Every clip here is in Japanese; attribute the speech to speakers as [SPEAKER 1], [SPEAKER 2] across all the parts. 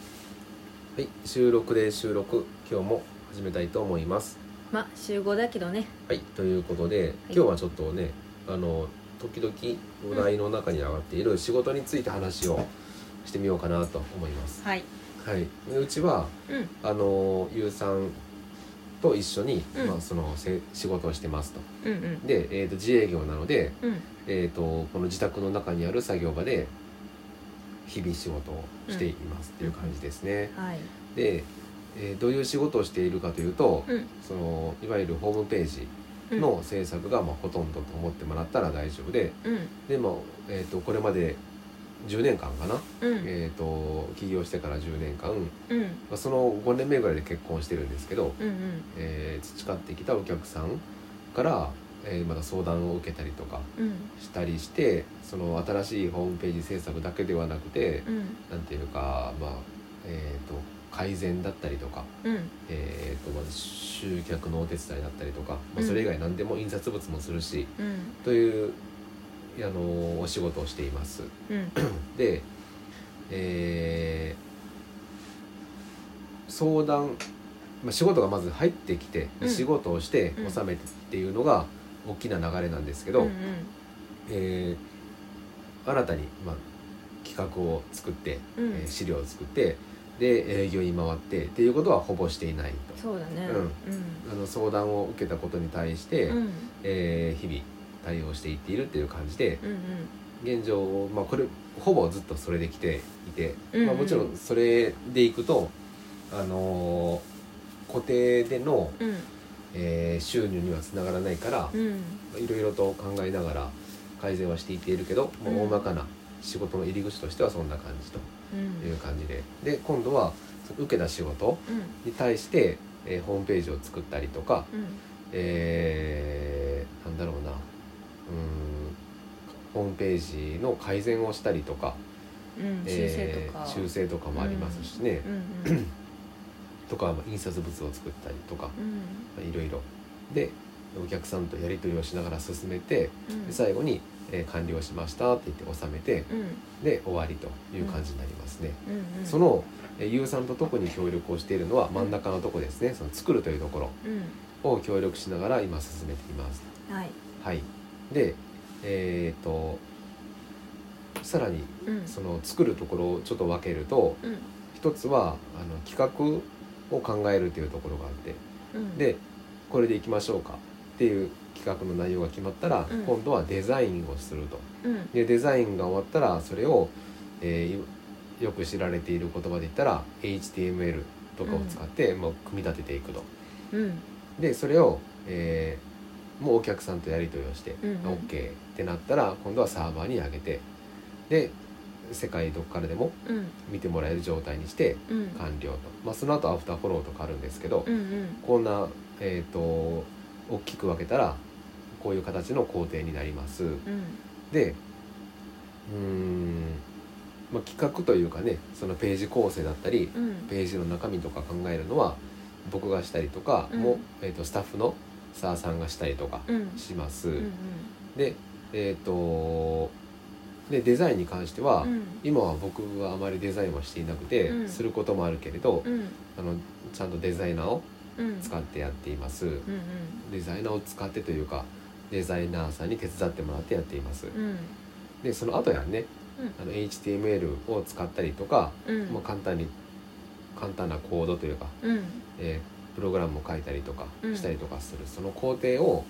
[SPEAKER 1] はい、収録で収録今日も始めたいと思います。
[SPEAKER 2] まあ集合だけどね
[SPEAKER 1] はい、ということで、今日はちょっとねあの時々お題の中に上がっている仕事について話をしてみようかなと思います。
[SPEAKER 2] はい
[SPEAKER 1] はい、でうちは
[SPEAKER 2] うん
[SPEAKER 1] あのゆうさんと一緒に、
[SPEAKER 2] うん
[SPEAKER 1] まあ、そのせ仕事をしてますと。
[SPEAKER 2] うんうん
[SPEAKER 1] で、えー、と自営業なので、
[SPEAKER 2] うん
[SPEAKER 1] えー、とこの自宅の中にある作業場で日々仕事をしていますっていう感じですね。
[SPEAKER 2] はい
[SPEAKER 1] で、えーどういう仕事をしているかというと、
[SPEAKER 2] うん
[SPEAKER 1] そのいわゆるホームページ
[SPEAKER 2] うん
[SPEAKER 1] の制作がまあほとんどと思ってもらったら大丈夫で
[SPEAKER 2] うん
[SPEAKER 1] でも、えー、とこれまで10年間かな、
[SPEAKER 2] うん
[SPEAKER 1] えー、と起業してから10年間、ま
[SPEAKER 2] うん
[SPEAKER 1] あ、その5年目ぐらいで結婚してるんですけど、
[SPEAKER 2] うんうん
[SPEAKER 1] えー培ってきたお客さんから、えーまた相談を受けたりとか
[SPEAKER 2] うん
[SPEAKER 1] したりしてその新しいホームページ制作だけではなくて、
[SPEAKER 2] うん
[SPEAKER 1] なんていうか、まあえー、と改善だったりとか
[SPEAKER 2] うん
[SPEAKER 1] えー、とまず集客のお手伝いだったりとか、まあ、
[SPEAKER 2] うん
[SPEAKER 1] それ以外何でも印刷物もするし、
[SPEAKER 2] うん
[SPEAKER 1] というあのお仕事をしています
[SPEAKER 2] うん
[SPEAKER 1] で、えー相談、まあ、仕事がまず入ってきて、
[SPEAKER 2] うん
[SPEAKER 1] 仕事をして
[SPEAKER 2] うん
[SPEAKER 1] 納めてっていうのが大きな流れなんですけど、
[SPEAKER 2] うん
[SPEAKER 1] えー新たに、まあ、企画を作って、
[SPEAKER 2] うんうん
[SPEAKER 1] えー資料を作ってで営業に回ってっていうことはほぼしていないと。
[SPEAKER 2] そうだね
[SPEAKER 1] う
[SPEAKER 2] うん
[SPEAKER 1] あの相談を受けたことに対して、
[SPEAKER 2] うん
[SPEAKER 1] えー日々対応していっているっていう感じで
[SPEAKER 2] うん
[SPEAKER 1] 現状、まあ、これほぼずっとそれで来ていて、
[SPEAKER 2] うんうん
[SPEAKER 1] まあ、もちろんそれでいくと、あのー固定での、
[SPEAKER 2] うん
[SPEAKER 1] えー収入にはつながらないから
[SPEAKER 2] うんうん
[SPEAKER 1] いろいろと考えながら改善はしていっているけど、もう
[SPEAKER 2] うん
[SPEAKER 1] 大まかな仕事の入り口としてはそんな感じと
[SPEAKER 2] うん
[SPEAKER 1] いう感じでで今度はその受けた仕事
[SPEAKER 2] うん
[SPEAKER 1] に対して、えーホームページを作ったりとか、
[SPEAKER 2] うん
[SPEAKER 1] えーなんだろうなうーんホームページの改善をしたりとか
[SPEAKER 2] うん修正とか
[SPEAKER 1] えー修正とかもありますしね
[SPEAKER 2] う、んうん
[SPEAKER 1] とかまあ印刷物を作ったりとか、ま
[SPEAKER 2] うん
[SPEAKER 1] あいろいろでお客さんとやり取りをしながら進めて
[SPEAKER 2] うん
[SPEAKER 1] で最後に、えー完了しましたって言って収めて
[SPEAKER 2] うん
[SPEAKER 1] で終わりという感じになりますね。
[SPEAKER 2] うんうん
[SPEAKER 1] そのえーゆうさんと特に協力をしているのは真ん中のとこですねその作るというとこ
[SPEAKER 2] うん
[SPEAKER 1] ろを協力しながら今進めています。
[SPEAKER 2] はい
[SPEAKER 1] はい、でえっ、とさらに
[SPEAKER 2] うん
[SPEAKER 1] その作るところをちょっと分けると
[SPEAKER 2] うん
[SPEAKER 1] 一つはあの企画を考えるというところがあって
[SPEAKER 2] うん
[SPEAKER 1] でこれでいきましょうかっていう企画の内容が決まったら、
[SPEAKER 2] うん
[SPEAKER 1] 今度はデザインをすると
[SPEAKER 2] うん
[SPEAKER 1] でデザインが終わったらそれを、えーいよく知られている言葉で言ったら HTML とかを使って、もう組み立てていくと。
[SPEAKER 2] うん
[SPEAKER 1] でそれを、えーもうお客さんとやり取りをして、
[SPEAKER 2] うんうん
[SPEAKER 1] OK ってなったら今度はサーバーに上げてで世界どこからでも
[SPEAKER 2] うん
[SPEAKER 1] 見てもらえる状態にして
[SPEAKER 2] うん
[SPEAKER 1] 完了と、まあ、その後アフターフォローとかあるんですけど、
[SPEAKER 2] うんうん
[SPEAKER 1] こんな、えー、と大きく分けたらこういう形の工程になります。
[SPEAKER 2] うん
[SPEAKER 1] でうーん、まあ、企画というかねそのページ構成だったり
[SPEAKER 2] うん
[SPEAKER 1] ページの中身とか考えるのは僕がしたりとか、
[SPEAKER 2] うん
[SPEAKER 1] もう、えー、とスタッフのサーさんがしたりとか
[SPEAKER 2] うん
[SPEAKER 1] します、
[SPEAKER 2] うん
[SPEAKER 1] でえっ、とでデザインに関しては、
[SPEAKER 2] うん
[SPEAKER 1] 今は僕はあまりデザインはしていなくて、
[SPEAKER 2] うん
[SPEAKER 1] することもあるけれど、
[SPEAKER 2] うん
[SPEAKER 1] あのちゃんとデザイナーを
[SPEAKER 2] うん
[SPEAKER 1] 使ってやっています、
[SPEAKER 2] うんうん
[SPEAKER 1] デザイナーを使ってというかデザイナーさんに手伝ってもらってやっています、
[SPEAKER 2] うん
[SPEAKER 1] でその後やんね、
[SPEAKER 2] う
[SPEAKER 1] あの HTML を使ったりとか、
[SPEAKER 2] うん
[SPEAKER 1] まあ、簡単に簡単なコードというか
[SPEAKER 2] うん
[SPEAKER 1] えープログラムを書いたりとか
[SPEAKER 2] うん
[SPEAKER 1] したりとかする、その工程を、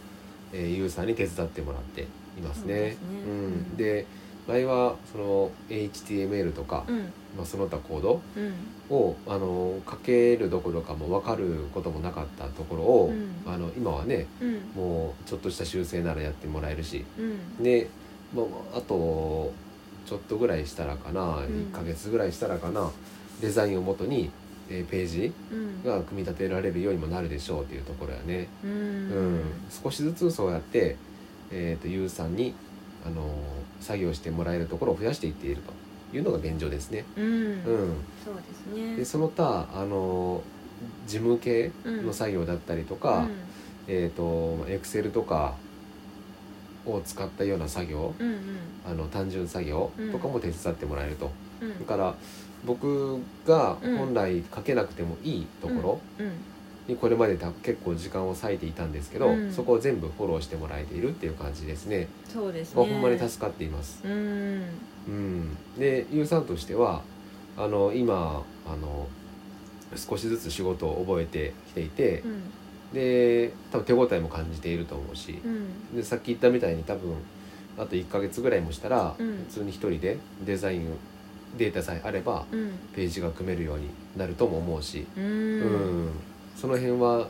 [SPEAKER 1] えー、ユーザーに手伝ってもらっています
[SPEAKER 2] そうで
[SPEAKER 1] ね
[SPEAKER 2] す。ね
[SPEAKER 1] う、
[SPEAKER 2] うんん
[SPEAKER 1] で前はその HTML とか、
[SPEAKER 2] うん
[SPEAKER 1] まあ、その他コード
[SPEAKER 2] うん
[SPEAKER 1] をあの書けるどころかもう分かることもなかったところを、
[SPEAKER 2] うん
[SPEAKER 1] あの今はね
[SPEAKER 2] うん
[SPEAKER 1] もうちょっとした修正ならやってもらえるし
[SPEAKER 2] うん
[SPEAKER 1] で、まあ、あとちょっとぐらいしたらかな、
[SPEAKER 2] ん
[SPEAKER 1] 1ヶ月ぐらいしたらかなデザインをもとに、えーページ
[SPEAKER 2] うん
[SPEAKER 1] が組み立てられるようにもなるでしょうっていうところやね、
[SPEAKER 2] う
[SPEAKER 1] うん
[SPEAKER 2] ん
[SPEAKER 1] 少しずつそうやって、えー、と U さんに、あのー作業してもらえるところを増やしていっているというのが現状ですね、
[SPEAKER 2] うん
[SPEAKER 1] うん
[SPEAKER 2] そうですね
[SPEAKER 1] でその他、あのー事務系の作業だったりとか、えー、と Excel とかを使ったような作業
[SPEAKER 2] うんうん
[SPEAKER 1] あの単純作業とかも手伝ってもらえると、
[SPEAKER 2] うんうん
[SPEAKER 1] だから僕が本来書けなくてもいいところ
[SPEAKER 2] うん
[SPEAKER 1] にこれまでた結構時間を割いていたんですけど、
[SPEAKER 2] うん
[SPEAKER 1] そこを全部フォローしてもらえているっていう感じですね。
[SPEAKER 2] そうです
[SPEAKER 1] ま
[SPEAKER 2] ね
[SPEAKER 1] あ、ほんまに助かっています。
[SPEAKER 2] うん
[SPEAKER 1] うん、でゆうさんとしてはあの今あの少しずつ仕事を覚えてきていて
[SPEAKER 2] う、ん
[SPEAKER 1] で多分手応えも感じていると思うし
[SPEAKER 2] う、ん
[SPEAKER 1] でさっき言ったみたいに多分あと1ヶ月ぐらいもしたら、
[SPEAKER 2] うん
[SPEAKER 1] 普通に一人でデザインデータさえあれば
[SPEAKER 2] うん
[SPEAKER 1] ページが組めるようになるとも思うし、
[SPEAKER 2] う
[SPEAKER 1] うん
[SPEAKER 2] ん
[SPEAKER 1] その辺は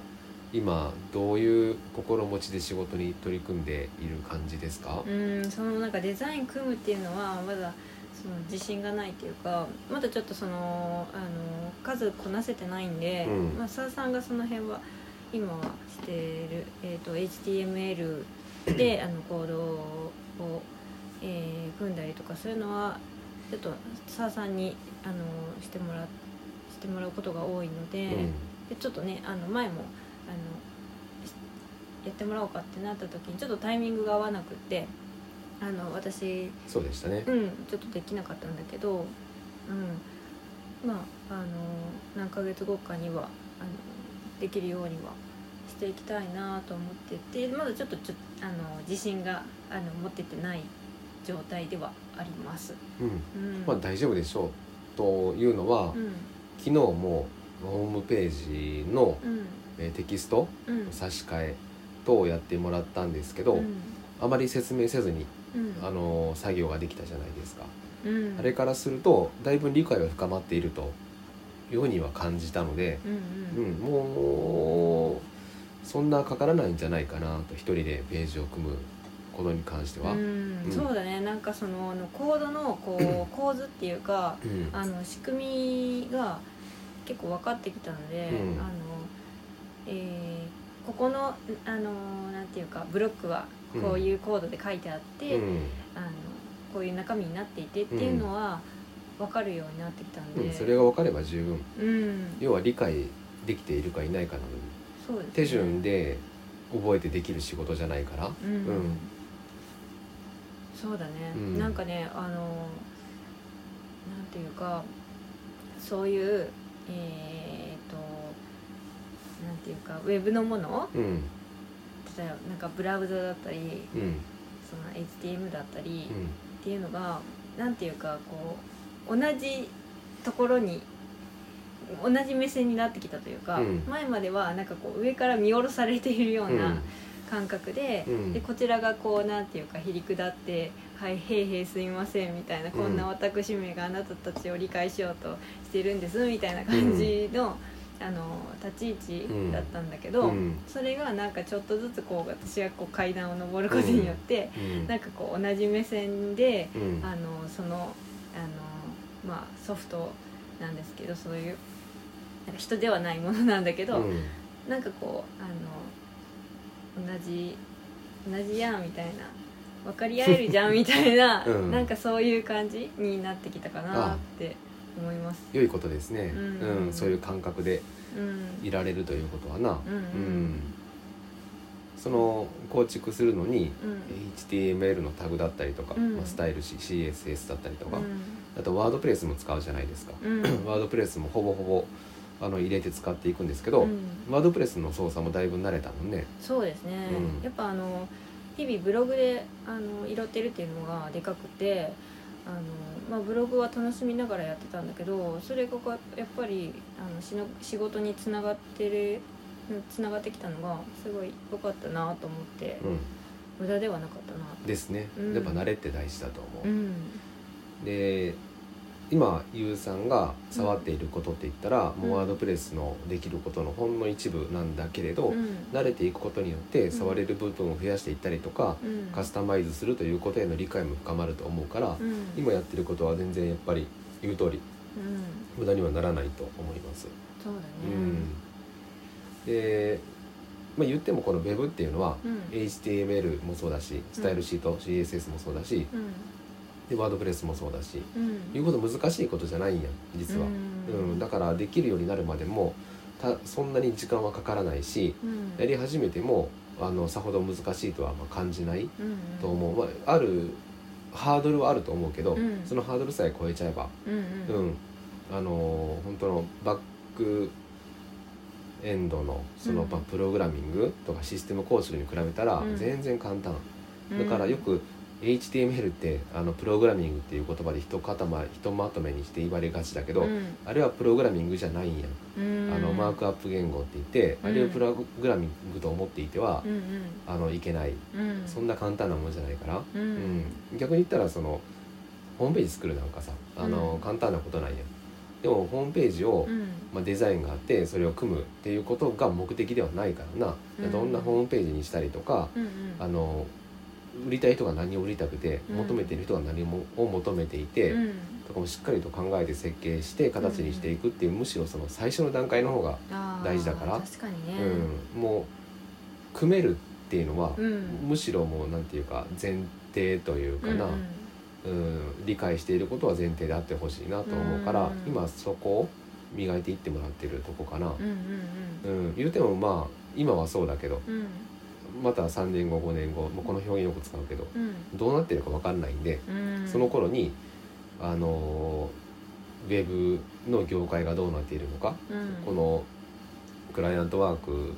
[SPEAKER 1] 今どういう心持ちで仕事に取り組んでいる感じですか、
[SPEAKER 2] うんそのなんかデザイン組むっていうのはまだその自信がないっていうかまだちょっとそのあの数こなせてないんで、
[SPEAKER 1] うん
[SPEAKER 2] まあ、澤さんがその辺は今はしてる、えー、と HTML であのコードを、えー組んだりとかそういうのはちょっと澤さんにあのしてもらしてもらうことが多いので。
[SPEAKER 1] うん
[SPEAKER 2] でちょっとねあの前もあのしやってもらおうかってなった時にちょっとタイミングが合わなくってあの私、
[SPEAKER 1] そうでしたね
[SPEAKER 2] う。ん、ちょっとできなかったんだけど、うん、まああの何ヶ月後かにはあのできるようにはしていきたいなと思っててまだちょっとちょあの自信があの持ててない状態ではあります。
[SPEAKER 1] うん
[SPEAKER 2] うん
[SPEAKER 1] まあ、大丈夫でしょうというのは、
[SPEAKER 2] うん
[SPEAKER 1] 昨日もホームページの、
[SPEAKER 2] うん
[SPEAKER 1] えーテキスト
[SPEAKER 2] うん
[SPEAKER 1] 差し替え等をやってもらったんですけど、
[SPEAKER 2] うん
[SPEAKER 1] あまり説明せずに、
[SPEAKER 2] うん
[SPEAKER 1] あのー作業ができたじゃないですか、
[SPEAKER 2] うん
[SPEAKER 1] あれからするとだいぶ理解は深まっているとようには感じたので、
[SPEAKER 2] うん
[SPEAKER 1] うん
[SPEAKER 2] うん
[SPEAKER 1] もうそんなかからないんじゃないかなと一人でページを組むことに関しては。
[SPEAKER 2] う
[SPEAKER 1] うん
[SPEAKER 2] ん
[SPEAKER 1] うん
[SPEAKER 2] そうだねなんかそのあのコードの こう構図っていうかあの仕組みが結構分かってきたので、
[SPEAKER 1] うん
[SPEAKER 2] あのえーここのあのなんていうかブロックはこういうコードで書いてあって、
[SPEAKER 1] うん
[SPEAKER 2] あのこういう中身になっていてっていうのは分かるようになってきたので、
[SPEAKER 1] うんそれが分かれば十分
[SPEAKER 2] うん
[SPEAKER 1] 要は理解できているかいないかなど
[SPEAKER 2] そうですね
[SPEAKER 1] 手順で覚えてできる仕事じゃないから、
[SPEAKER 2] うん
[SPEAKER 1] うん
[SPEAKER 2] そうだね、
[SPEAKER 1] うん
[SPEAKER 2] なんかねあのなんていうかそういうえー、となんていうかウェブのもの
[SPEAKER 1] うん
[SPEAKER 2] 例えばなんかブラウザだったり
[SPEAKER 1] うん
[SPEAKER 2] その HTM だったり
[SPEAKER 1] う、ん
[SPEAKER 2] っていうのがなんていうかこう同じところに同じ目線になってきたというか、
[SPEAKER 1] うん
[SPEAKER 2] 前まではなんかこう上から見下ろされているような感覚で、
[SPEAKER 1] うん
[SPEAKER 2] でこちらがこうなんていうかひりくだって「はいへいへいすいません」みたいな、こんな私めがあなたたちを理解しようとしてるんですみたいな感じの,、あの立ち位置だったんだけど、
[SPEAKER 1] うん
[SPEAKER 2] それがなんかちょっとずつこう私がこう階段を上ることによって、
[SPEAKER 1] うん
[SPEAKER 2] なんかこう同じ目線で
[SPEAKER 1] うん
[SPEAKER 2] あのそのあの、まあ、ソフトなんですけどそういうなんか人ではないものなんだけど、
[SPEAKER 1] うん
[SPEAKER 2] なんかこうあの同じ同じやんみたいな分かり合えるじゃんみたいな、
[SPEAKER 1] うん
[SPEAKER 2] なんかそういう感じになってきたかなって思います。
[SPEAKER 1] 良いことですね、
[SPEAKER 2] うん
[SPEAKER 1] うんそういう感覚で
[SPEAKER 2] うん
[SPEAKER 1] いられるということはな、
[SPEAKER 2] うんうん
[SPEAKER 1] その構築するのに
[SPEAKER 2] うん
[SPEAKER 1] HTML のタグだったりとか、
[SPEAKER 2] うん
[SPEAKER 1] まあ、スタイルし CSS だったりとか、
[SPEAKER 2] うん
[SPEAKER 1] あとワードプレスも使うじゃないですか、
[SPEAKER 2] うん
[SPEAKER 1] ワードプレスもほぼほぼあの入れて使っていくんですけど、
[SPEAKER 2] うん
[SPEAKER 1] ワードプレスの操作もだいぶ慣れたもんね。
[SPEAKER 2] そうですね、
[SPEAKER 1] うん
[SPEAKER 2] やっぱあの日々ブログであの色ってるっていうのがでかくてあの、まあ、ブログは楽しみながらやってたんだけどそれがこうやっぱりあのしの仕事につながってるつながってきたのがすごい良かったなと思って、
[SPEAKER 1] うん、
[SPEAKER 2] 無駄ではなかったな
[SPEAKER 1] ですね、
[SPEAKER 2] うん
[SPEAKER 1] やっぱ慣れって大事だと思う。
[SPEAKER 2] うん
[SPEAKER 1] で今ゆうさんが触っていることって言ったら、
[SPEAKER 2] ん
[SPEAKER 1] もうワードプレスのできることのほんの一部なんだけれど、
[SPEAKER 2] うん
[SPEAKER 1] 慣れていくことによって触れる部分を増やしていったりとか、
[SPEAKER 2] うん
[SPEAKER 1] カスタマイズするということへの理解も深まると思うから、
[SPEAKER 2] うん
[SPEAKER 1] 今やってることは全然やっぱり言う通り
[SPEAKER 2] うん
[SPEAKER 1] 無駄にはならないと思います。
[SPEAKER 2] そうだね
[SPEAKER 1] うんで、まあ、言ってもこの Web っていうのは、
[SPEAKER 2] うん
[SPEAKER 1] HTML もそうだしスタイルシート、CSS もそうだし
[SPEAKER 2] うん
[SPEAKER 1] でワードプレスもそうだし
[SPEAKER 2] うん
[SPEAKER 1] 言うこと難しいことじゃないんや実は、うんだからできるようになるまでもたそんなに時間はかからないし
[SPEAKER 2] うん
[SPEAKER 1] やり始めてもあのさほど難しいとはまあ感じない
[SPEAKER 2] うんうん
[SPEAKER 1] と思う、まあ、あるハードルはあると思うけど、
[SPEAKER 2] うん
[SPEAKER 1] そのハードルさえ超えちゃえば、
[SPEAKER 2] うん
[SPEAKER 1] う
[SPEAKER 2] うん
[SPEAKER 1] んあの本当のバックエンドのその、
[SPEAKER 2] うん
[SPEAKER 1] まあプログラミングとかシステム構築に比べたら
[SPEAKER 2] うん
[SPEAKER 1] 全然簡単、
[SPEAKER 2] うん
[SPEAKER 1] だからよく HTML ってあのプログラミングっていう言葉でひとかたまひとまとめにして言われがちだけど、
[SPEAKER 2] うん
[SPEAKER 1] あれはプログラミングじゃないんやん、
[SPEAKER 2] うん
[SPEAKER 1] あのマークアップ言語って言って、
[SPEAKER 2] うん
[SPEAKER 1] あれをプログラミングと思っていては
[SPEAKER 2] う、ん
[SPEAKER 1] あのいけない、
[SPEAKER 2] うんうん
[SPEAKER 1] そんな簡単なもんじゃないから、
[SPEAKER 2] うん
[SPEAKER 1] うん逆に言ったらそのホームページ作るなんかさあの、
[SPEAKER 2] うん
[SPEAKER 1] 簡単なことなんやんでもホームページを、
[SPEAKER 2] うん
[SPEAKER 1] まあ、デザインがあってそれを組むっていうことが目的ではないからな、
[SPEAKER 2] うん
[SPEAKER 1] どんなホームページにしたりとか、
[SPEAKER 2] うんうん
[SPEAKER 1] あの売りたい人が何を売りたくて、
[SPEAKER 2] うん
[SPEAKER 1] 求めてる人が何もを求めていて、
[SPEAKER 2] うん
[SPEAKER 1] とかもしっかりと考えて設計して形にしていくっていう、むしろその最初の段階の方が、
[SPEAKER 2] あー
[SPEAKER 1] 大事だから
[SPEAKER 2] 確かにね
[SPEAKER 1] うん、もう組めるっていうのは、
[SPEAKER 2] うん
[SPEAKER 1] むしろもうなんていうか前提というかな、
[SPEAKER 2] う
[SPEAKER 1] うんん理解していることは前提であってほしいなと思うから、
[SPEAKER 2] うん
[SPEAKER 1] 今そこを磨いていってもらってるとこかな。
[SPEAKER 2] うん
[SPEAKER 1] うん言うてもまあ今はそうだけど
[SPEAKER 2] うんうん
[SPEAKER 1] また3年後5年後、まあこの表現よく使うけど
[SPEAKER 2] うん
[SPEAKER 1] どうなってるか分かんないんで、
[SPEAKER 2] うんうん
[SPEAKER 1] その頃にあのーウェブの業界がどうなっているのか、
[SPEAKER 2] うん
[SPEAKER 1] このクライアントワーク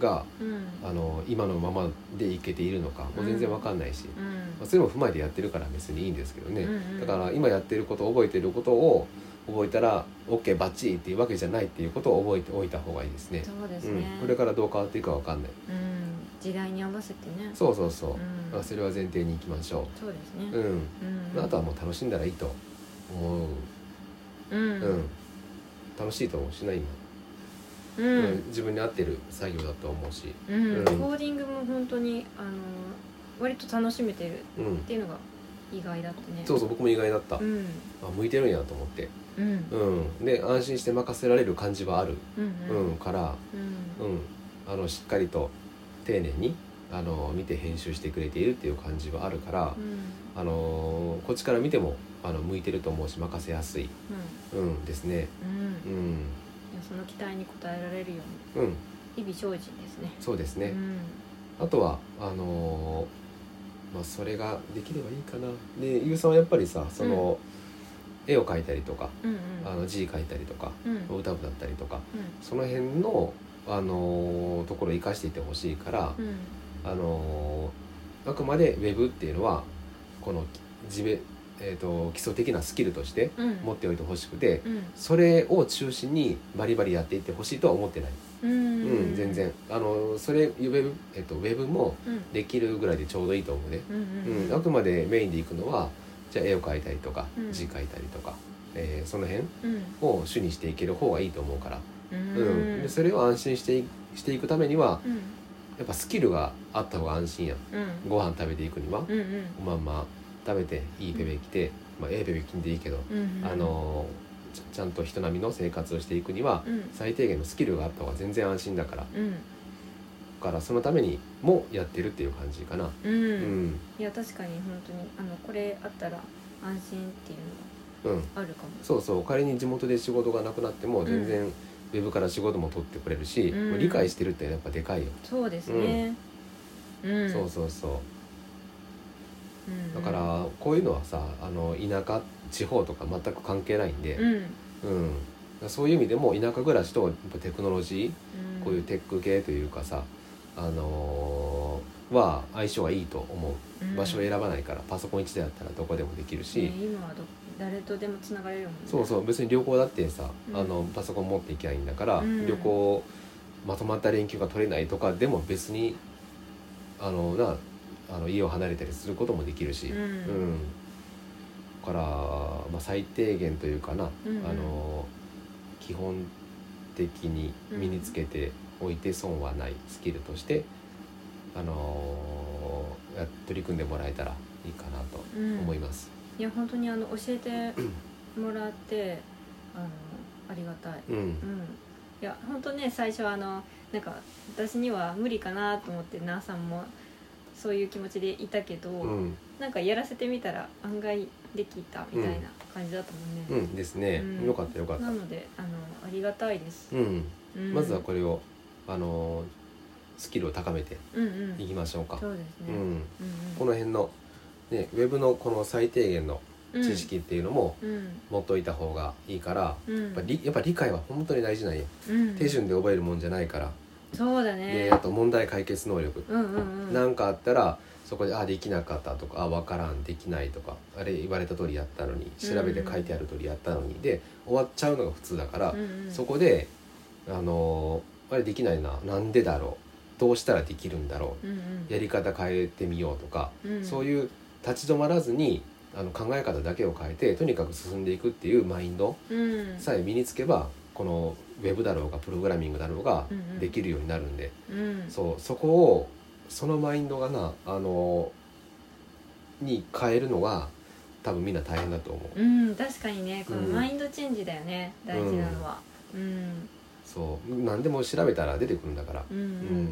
[SPEAKER 1] が
[SPEAKER 2] うん
[SPEAKER 1] あの今のままでいけているのかもう全然わかんないし、
[SPEAKER 2] うん
[SPEAKER 1] まあ、そういうのも踏まえてやってるから別にいいんですけどね、
[SPEAKER 2] うん
[SPEAKER 1] だから今やってること覚えてることを覚えたら OK バッチリっていうわけじゃないっていうことを覚えておいた方がいいですね。
[SPEAKER 2] そうです
[SPEAKER 1] うん
[SPEAKER 2] ね、
[SPEAKER 1] これからどう変わっていくかわかんない
[SPEAKER 2] うん時代に合わせてね
[SPEAKER 1] そうそうそう、
[SPEAKER 2] ん
[SPEAKER 1] まあそれは前提にいきましょ
[SPEAKER 2] そうです
[SPEAKER 1] う、
[SPEAKER 2] ね
[SPEAKER 1] うん
[SPEAKER 2] うん
[SPEAKER 1] あとはもう楽しんだらいいと思う、
[SPEAKER 2] うん
[SPEAKER 1] うん楽しいと思うしな今、
[SPEAKER 2] う
[SPEAKER 1] うんん自分に合ってる作業だと思うし、
[SPEAKER 2] うん
[SPEAKER 1] うん
[SPEAKER 2] コーディングも本当にあの割と楽しめてる
[SPEAKER 1] うん
[SPEAKER 2] っ、ていうのが意外だってね
[SPEAKER 1] そうそう僕も意外だった、
[SPEAKER 2] うん
[SPEAKER 1] あ向いてるんやと思って、
[SPEAKER 2] うん
[SPEAKER 1] うん、で安心して任せられる感じはある、
[SPEAKER 2] うん
[SPEAKER 1] うんから、
[SPEAKER 2] うん
[SPEAKER 1] うん、あのしっかりと丁寧にあの見て編集してくれているっていう感じはあるから
[SPEAKER 2] う、ん
[SPEAKER 1] あのこっちから見てもあの向いてると思うし任せやすい、うん、ですね。
[SPEAKER 2] うん
[SPEAKER 1] う
[SPEAKER 2] うんい
[SPEAKER 1] ん
[SPEAKER 2] やその期待に応えられるよう
[SPEAKER 1] うん、
[SPEAKER 2] に日々精進ですね
[SPEAKER 1] そうです
[SPEAKER 2] う
[SPEAKER 1] ね。
[SPEAKER 2] ん
[SPEAKER 1] あとはあのーまあそれができればいいかな。で、ゆうさんはやっぱりさ、その、絵を描いたりとか、
[SPEAKER 2] うんうん
[SPEAKER 1] あの字描いたりとか、
[SPEAKER 2] うんうん
[SPEAKER 1] 歌歌ったりとか、その辺のあのーところを生かしていってほしいから、
[SPEAKER 2] うん
[SPEAKER 1] あのーあくまでウェブっていうのはこの地べえー、と基礎的なスキルとして
[SPEAKER 2] うん
[SPEAKER 1] 持っておいてほしくて。
[SPEAKER 2] うん
[SPEAKER 1] それを中心にバリバリやっていってほしいとは思ってない。
[SPEAKER 2] う
[SPEAKER 1] うん
[SPEAKER 2] ん、
[SPEAKER 1] 全然。あのーそれウェブ、えっと、ウェブも
[SPEAKER 2] うん
[SPEAKER 1] できるぐらいでちょうどいいと思うね、
[SPEAKER 2] うん
[SPEAKER 1] うん
[SPEAKER 2] うん
[SPEAKER 1] あくまでメインで行くのはじゃあ絵を描いたりとか、
[SPEAKER 2] うん
[SPEAKER 1] 字描いたりとか、えーその辺
[SPEAKER 2] うん
[SPEAKER 1] を主にしていける方がいいと思うから、
[SPEAKER 2] う
[SPEAKER 1] うんんでそれを安心していしていくためには
[SPEAKER 2] うん
[SPEAKER 1] やっぱスキルがあった方が安心やん
[SPEAKER 2] うん
[SPEAKER 1] ご飯食べていくには、
[SPEAKER 2] うんうん
[SPEAKER 1] まあまあ食べていいペペ来て、まあ、ええペペ来んでいいけど、
[SPEAKER 2] うんうん
[SPEAKER 1] あのーちゃちゃんと人並みの生活をしていくには
[SPEAKER 2] うん
[SPEAKER 1] 最低限のスキルがあった方が全然安心だから
[SPEAKER 2] うん
[SPEAKER 1] だからそのためにもやってるっていう感じかな。
[SPEAKER 2] う
[SPEAKER 1] うんん、
[SPEAKER 2] いや確かに本当にあのこれあったら安心って
[SPEAKER 1] う
[SPEAKER 2] いう
[SPEAKER 1] ん
[SPEAKER 2] のがあるかも
[SPEAKER 1] そうそう仮に地元で仕事がなくなっても全然ウェブから仕事も取ってくれるし、
[SPEAKER 2] うん
[SPEAKER 1] 理解してるってやっぱでかいよ、
[SPEAKER 2] そうですねうん
[SPEAKER 1] そうそうそ
[SPEAKER 2] うん
[SPEAKER 1] うだからこういうのはさあの田舎地方とか全く関係ないんで、
[SPEAKER 2] うん
[SPEAKER 1] うんそういう意味でも田舎暮らしとやっぱテクノロジ
[SPEAKER 2] うん
[SPEAKER 1] ーこういうテック系というかさ、あのーは相性がいいと思う場所を選ばないから、パソコン1台だったらどこでもできるし、
[SPEAKER 2] ね今はど誰とでもつながれるもんね
[SPEAKER 1] そうそう別に旅行だってさ、
[SPEAKER 2] うん
[SPEAKER 1] あのパソコン持っていきゃいいんだから、
[SPEAKER 2] うん
[SPEAKER 1] 旅行まとまった連休が取れないとかでも別にあのなあの家を離れたりすることもできるし、
[SPEAKER 2] うん
[SPEAKER 1] だから、まあ、最低限というかな、
[SPEAKER 2] うんうん
[SPEAKER 1] あの基本的に身につけておいて損はないスキルとして、あのや取り組んでもらえたらいいかなと
[SPEAKER 2] うん
[SPEAKER 1] 思います。
[SPEAKER 2] いや本当にあの教えてもらってあのありがたい
[SPEAKER 1] うん
[SPEAKER 2] うんいや本当ね最初はあのなんか私には無理かなと思ってなあさんもそういう気持ちでいたけど、
[SPEAKER 1] うん
[SPEAKER 2] なんかやらせてみたら案外できたみたいな感じだったもんね、
[SPEAKER 1] うんですね、
[SPEAKER 2] うん
[SPEAKER 1] よかったよかった
[SPEAKER 2] なのであのありがたいです、
[SPEAKER 1] うん、
[SPEAKER 2] うん
[SPEAKER 1] まずはこれをあのースキルを高めて
[SPEAKER 2] うんうん
[SPEAKER 1] いきましょうか
[SPEAKER 2] そうです
[SPEAKER 1] う
[SPEAKER 2] ね、
[SPEAKER 1] ん、
[SPEAKER 2] うんうん
[SPEAKER 1] この辺のねウェブのこの最低限の
[SPEAKER 2] うん
[SPEAKER 1] 知識っていうのも
[SPEAKER 2] うん
[SPEAKER 1] 持っといた方がいいからや
[SPEAKER 2] うん
[SPEAKER 1] っぱりやっぱ理解は本当に大事なんよ
[SPEAKER 2] うん
[SPEAKER 1] 手順で覚えるもんじゃないから
[SPEAKER 2] そうだ
[SPEAKER 1] で
[SPEAKER 2] ね
[SPEAKER 1] あと問題解決能力
[SPEAKER 2] うんうんうん
[SPEAKER 1] なんかあったらそこで「あできなかった」とか「あ分からんできない」とか「あれ言われた通りやったのに調べて書いてある通りやったのに」で終わっちゃうのが普通だから
[SPEAKER 2] う、んうん
[SPEAKER 1] そこで「あのーあれできないななんでだろうどうしたらできるんだろ
[SPEAKER 2] うんうん
[SPEAKER 1] うやり方変えてみよう」とか、
[SPEAKER 2] うん
[SPEAKER 1] そういう立ち止まらずにあの考え方だけを変えてとにかく進んでいくっていうマインド
[SPEAKER 2] うん
[SPEAKER 1] さえ身につけばこのウェブだろうがプログラミングだろうが
[SPEAKER 2] うんうん
[SPEAKER 1] できるようになるんで、
[SPEAKER 2] うん
[SPEAKER 1] そうそこをそのマインドがなあのーに変えるのが多分みんな大変だと思う。
[SPEAKER 2] うん確かにねこの
[SPEAKER 1] うん
[SPEAKER 2] マインドチェンジだよね大事なのはうん
[SPEAKER 1] そう何でも調べたら出てくるんだから
[SPEAKER 2] う
[SPEAKER 1] うんん、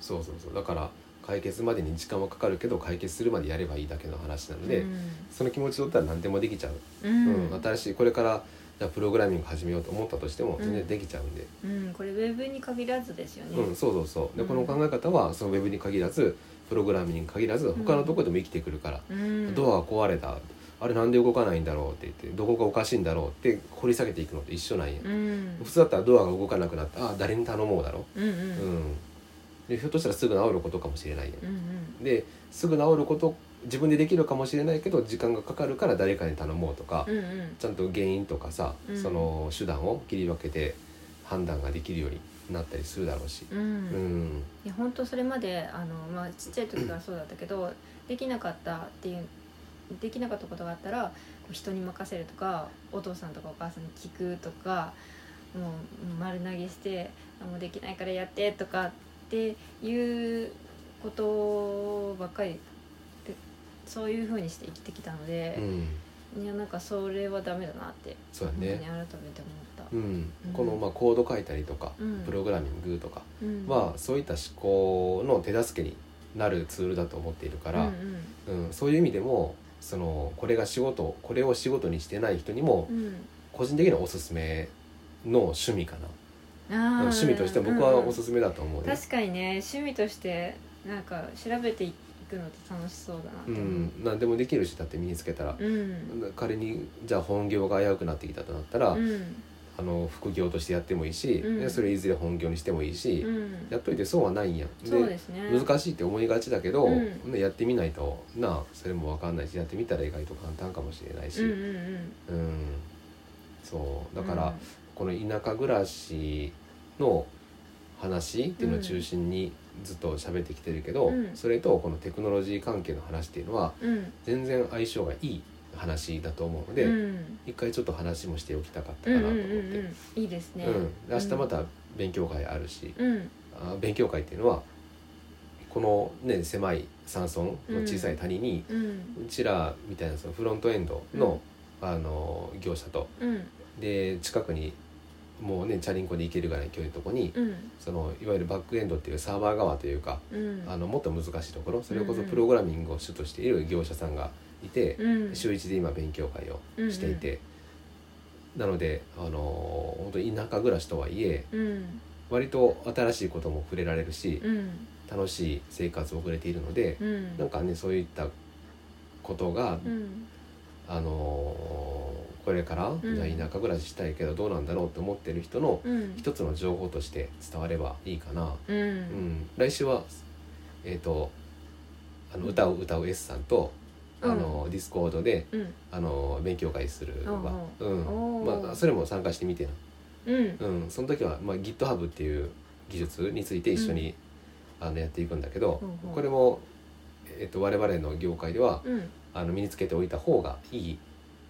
[SPEAKER 1] そうそうそうだから解決までに時間はかかるけど解決するまでやればいいだけの話な
[SPEAKER 2] う
[SPEAKER 1] の
[SPEAKER 2] ん
[SPEAKER 1] で、その気持ちだったら何でもできちゃう、
[SPEAKER 2] う
[SPEAKER 1] うんん新しいこれからじゃあプログラミング始めようと思ったとしても
[SPEAKER 2] うん
[SPEAKER 1] 全然できちゃうんで、
[SPEAKER 2] うんこれウェブに限らずですよ
[SPEAKER 1] うん
[SPEAKER 2] ね
[SPEAKER 1] そうそうそうで
[SPEAKER 2] うん
[SPEAKER 1] この考え方はそのウェブに限らずプログラミングに限らず他のとこでも生きてくるから、
[SPEAKER 2] うん
[SPEAKER 1] ドアが壊れたあれなんで動かないんだろうって言ってどこがおかしいんだろうって掘り下げていくのと一緒なんや、
[SPEAKER 2] うん
[SPEAKER 1] 普通だったらドアが動かなくなったあ誰に頼もうだろう
[SPEAKER 2] うんうん
[SPEAKER 1] う
[SPEAKER 2] うん
[SPEAKER 1] ん、でひょっとしたらすぐ治ることかもしれないよ、
[SPEAKER 2] うん
[SPEAKER 1] ですぐ治ること自分でできるかもしれないけど時間がかかるから誰かに頼もうとか、
[SPEAKER 2] うんうん
[SPEAKER 1] ちゃんと原因とかさ、
[SPEAKER 2] うん
[SPEAKER 1] その手段を切り分けて判断ができるようになったりするだろうし、
[SPEAKER 2] う
[SPEAKER 1] うん
[SPEAKER 2] ん
[SPEAKER 1] うん
[SPEAKER 2] いや本当それまであの、まあ、ちっちゃい時からそうだったけどできなかったっていうできなかったことがあったらこう人に任せるとかお父さんとかお母さんに聞くとかもう丸投げしてあもうできないからやってとかっていうことばっかりでそういうふうにして生きてきたので、いやなんかそれはダメだなって
[SPEAKER 1] そうだ
[SPEAKER 2] 本当に
[SPEAKER 1] ね、
[SPEAKER 2] 改
[SPEAKER 1] う
[SPEAKER 2] めて思った。
[SPEAKER 1] ん
[SPEAKER 2] うん
[SPEAKER 1] このまあコード書いたりとか、
[SPEAKER 2] うん
[SPEAKER 1] プログラミングとか
[SPEAKER 2] うん
[SPEAKER 1] はそういった思考の手助けになるツールだと思っているから、
[SPEAKER 2] うんうん
[SPEAKER 1] うんそういう意味でもそのこれが仕事これを仕事にしてない人にも
[SPEAKER 2] うん
[SPEAKER 1] 個人的にはおすすめの趣味かな、
[SPEAKER 2] あー
[SPEAKER 1] 趣味として僕
[SPEAKER 2] う
[SPEAKER 1] は
[SPEAKER 2] んうん
[SPEAKER 1] おすすめだと思うね、
[SPEAKER 2] 確かにね趣味としてなんか調べていくのって楽しそうだなって
[SPEAKER 1] う、
[SPEAKER 2] 思うん
[SPEAKER 1] 何でもできるしだって身につけたら、
[SPEAKER 2] うん
[SPEAKER 1] 仮にじゃあ本業が危うくなってきたとなったら、
[SPEAKER 2] うん
[SPEAKER 1] あの副業としてやってもいいし、
[SPEAKER 2] うん
[SPEAKER 1] でそれいずれ本業にしてもいいし、
[SPEAKER 2] うん
[SPEAKER 1] やっといて損はないんやで
[SPEAKER 2] そうですね
[SPEAKER 1] 難しいって思いがちだけど、
[SPEAKER 2] うん
[SPEAKER 1] ねやってみないとなあそれも分かんないしやってみたら意外と簡単かもしれないし、
[SPEAKER 2] うんうんうん
[SPEAKER 1] うんそうだから、この田舎暮らしの話っていうのを中心にずっと喋ってきてるけど、
[SPEAKER 2] うん
[SPEAKER 1] それとこのテクノロジー関係の話っていうのは
[SPEAKER 2] うん
[SPEAKER 1] 全然相性がいい話だと思うので、
[SPEAKER 2] うん
[SPEAKER 1] 一回ちょっと話もしておきたかった
[SPEAKER 2] うん
[SPEAKER 1] か
[SPEAKER 2] う
[SPEAKER 1] なんと
[SPEAKER 2] う
[SPEAKER 1] 思
[SPEAKER 2] ん
[SPEAKER 1] っ
[SPEAKER 2] う
[SPEAKER 1] て、
[SPEAKER 2] んいいですね
[SPEAKER 1] うんで明日また勉強会あるし、
[SPEAKER 2] うん
[SPEAKER 1] あ勉強会っていうのはこの、ね、狭い山村の小さい谷に、
[SPEAKER 2] うん
[SPEAKER 1] うちらみたいなそのフロントエンドの,、あの業者と
[SPEAKER 2] うん
[SPEAKER 1] で近くにもうねチャリンコで行けるぐらいの距離のとこに、
[SPEAKER 2] うん
[SPEAKER 1] そのいわゆるバックエンドっていうサーバー側というか、
[SPEAKER 2] うん
[SPEAKER 1] あのもっと難しいところそれこ
[SPEAKER 2] うん
[SPEAKER 1] そ
[SPEAKER 2] うん
[SPEAKER 1] プログラミングを主としている業者さんがいて、
[SPEAKER 2] うん
[SPEAKER 1] 週1で今勉強会をしていて、なので、あのー本当に田舎暮らしとはいえ
[SPEAKER 2] うん
[SPEAKER 1] 割と新しいことも触れられるし、
[SPEAKER 2] うん
[SPEAKER 1] 楽しい生活を送れているので、
[SPEAKER 2] うん
[SPEAKER 1] なんかねそういったことが、
[SPEAKER 2] うん
[SPEAKER 1] あのーこれから、
[SPEAKER 2] ん
[SPEAKER 1] じゃあ田舎暮らししたいけどどうなんだろうと思ってる人の
[SPEAKER 2] うん
[SPEAKER 1] 一つの情報として伝わればいいかな。
[SPEAKER 2] うん
[SPEAKER 1] うん、来週は、えー、とあの歌を歌う S さんと、あのディスコードで
[SPEAKER 2] うん
[SPEAKER 1] あの勉強会するわ、うん
[SPEAKER 2] おー
[SPEAKER 1] まあ、それも参加してみてな、
[SPEAKER 2] うん
[SPEAKER 1] うん、その時は、まあ、GitHub っていう技術について一緒に、あのやっていくんだけど、
[SPEAKER 2] ほうほう
[SPEAKER 1] これも、えー、と我々の業界では
[SPEAKER 2] うん
[SPEAKER 1] あの身につけておいた方がいい、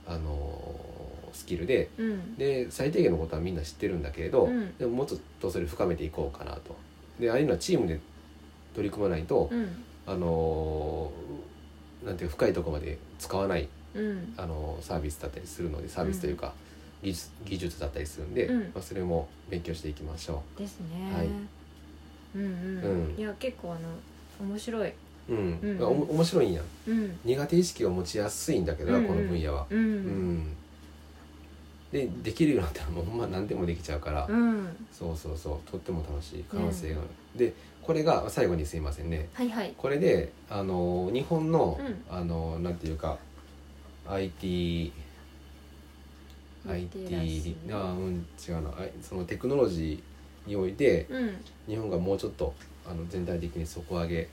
[SPEAKER 1] あのースキルで
[SPEAKER 2] うん
[SPEAKER 1] で最低限のことはみんな知ってるんだけれど、
[SPEAKER 2] うん
[SPEAKER 1] でももうちょっとそれ深めていこうかなと。でああいうのはチームで取り組まないと、
[SPEAKER 2] うん
[SPEAKER 1] あのーなんていうか深いところまで使わない、
[SPEAKER 2] うん
[SPEAKER 1] あのーサービスだったりするのでサービスというか、技術技術だったりするんで、
[SPEAKER 2] うん
[SPEAKER 1] まあ、それも勉強していきましょ
[SPEAKER 2] ですね、
[SPEAKER 1] はい
[SPEAKER 2] うんうん、
[SPEAKER 1] うん
[SPEAKER 2] いや結構あの面白い、
[SPEAKER 1] う。うん
[SPEAKER 2] うん
[SPEAKER 1] まあおも面白いんや
[SPEAKER 2] うん
[SPEAKER 1] 苦手意識を持ちやすいんだけどな、
[SPEAKER 2] うんうん
[SPEAKER 1] この分野は。
[SPEAKER 2] うん
[SPEAKER 1] うん、でできるようになったらもうほんま何でもできちゃうから、
[SPEAKER 2] うん、
[SPEAKER 1] そうそうそうとっても楽しい可能性がある、でこれが最後にすいませんね
[SPEAKER 2] はいはい
[SPEAKER 1] これであの日本の、
[SPEAKER 2] うん
[SPEAKER 1] あのなんていうか IT
[SPEAKER 2] リ
[SPEAKER 1] IT
[SPEAKER 2] テラシー
[SPEAKER 1] あーうん違うなあいそのテクノロジーにおいて
[SPEAKER 2] うん
[SPEAKER 1] 日本がもうちょっとあの全体的に底上げ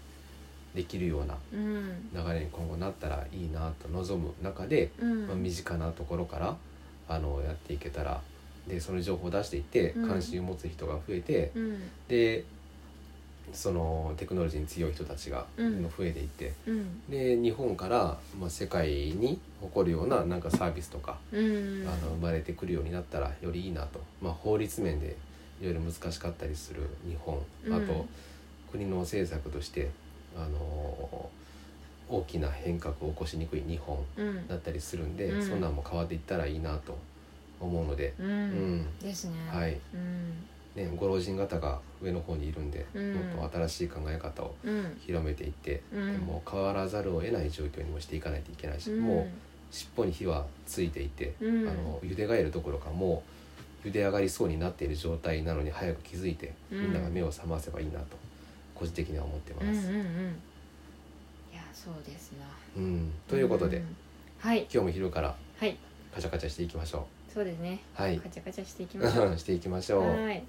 [SPEAKER 1] できるような
[SPEAKER 2] うん
[SPEAKER 1] 流れに今後なったらいいなと望む中で、
[SPEAKER 2] うん
[SPEAKER 1] まあ、身近なところからあのやっていけたらでその情報を出していって
[SPEAKER 2] うん
[SPEAKER 1] 関心を持つ人が増えて、
[SPEAKER 2] うん
[SPEAKER 1] でそのテクノロジーに強い人たちが
[SPEAKER 2] うん
[SPEAKER 1] 増えていって、
[SPEAKER 2] うん
[SPEAKER 1] で日本から、まあ、世界に誇るようななんかサービスとか、
[SPEAKER 2] うん
[SPEAKER 1] あの生まれてくるようになったらよりいいなと、まあ、法律面でいろいろ難しかったりする日本
[SPEAKER 2] うん
[SPEAKER 1] あと、国の政策として、あの大きな変革を起こしにくい日本
[SPEAKER 2] うん
[SPEAKER 1] だったりするんで、
[SPEAKER 2] うん
[SPEAKER 1] そんなんも変わっていったらいいなと思うので、
[SPEAKER 2] う
[SPEAKER 1] うん
[SPEAKER 2] んですね
[SPEAKER 1] はい
[SPEAKER 2] うん
[SPEAKER 1] ね、ご老人方が上の方にいるんで、
[SPEAKER 2] うん
[SPEAKER 1] もっと新しい考え方を
[SPEAKER 2] うん
[SPEAKER 1] 広めていって、
[SPEAKER 2] うん
[SPEAKER 1] でもう変わらざるを得ない状況にもしていかないといけないし、もう尻尾に火はついていて、
[SPEAKER 2] うん
[SPEAKER 1] あの茹でがえるどころかもう茹で上がりそうになっている状態なのに早く気づいて、
[SPEAKER 2] うん
[SPEAKER 1] みんなが目を覚ませばいいなと個人的には思ってま
[SPEAKER 2] うんうん
[SPEAKER 1] す。
[SPEAKER 2] うんいやそうですな
[SPEAKER 1] うん、ということで、
[SPEAKER 2] んはい
[SPEAKER 1] 今日も昼から
[SPEAKER 2] はい
[SPEAKER 1] カチャカチャしていきましょ
[SPEAKER 2] そうですね
[SPEAKER 1] う。はい
[SPEAKER 2] カチャカチャしていき ましょう
[SPEAKER 1] していきましょう。
[SPEAKER 2] はい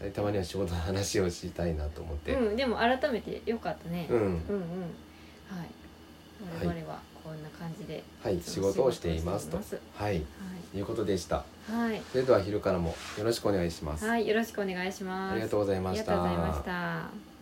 [SPEAKER 1] でたまには仕事の話をしたいなと思って。
[SPEAKER 2] うんでも改めてよかったね
[SPEAKER 1] うん、
[SPEAKER 2] うんうんはい
[SPEAKER 1] はい
[SPEAKER 2] 我々はこんな感じで
[SPEAKER 1] はい、仕事をしていますと
[SPEAKER 2] 仕事をしてい。
[SPEAKER 1] はい、いうことでした。
[SPEAKER 2] はいはい
[SPEAKER 1] それでは昼からもよろしくお願いします。
[SPEAKER 2] はいよろしくお願いします
[SPEAKER 1] ありがとうござい
[SPEAKER 2] あ
[SPEAKER 1] ま
[SPEAKER 2] り
[SPEAKER 1] し
[SPEAKER 2] がとう
[SPEAKER 1] た。
[SPEAKER 2] ございました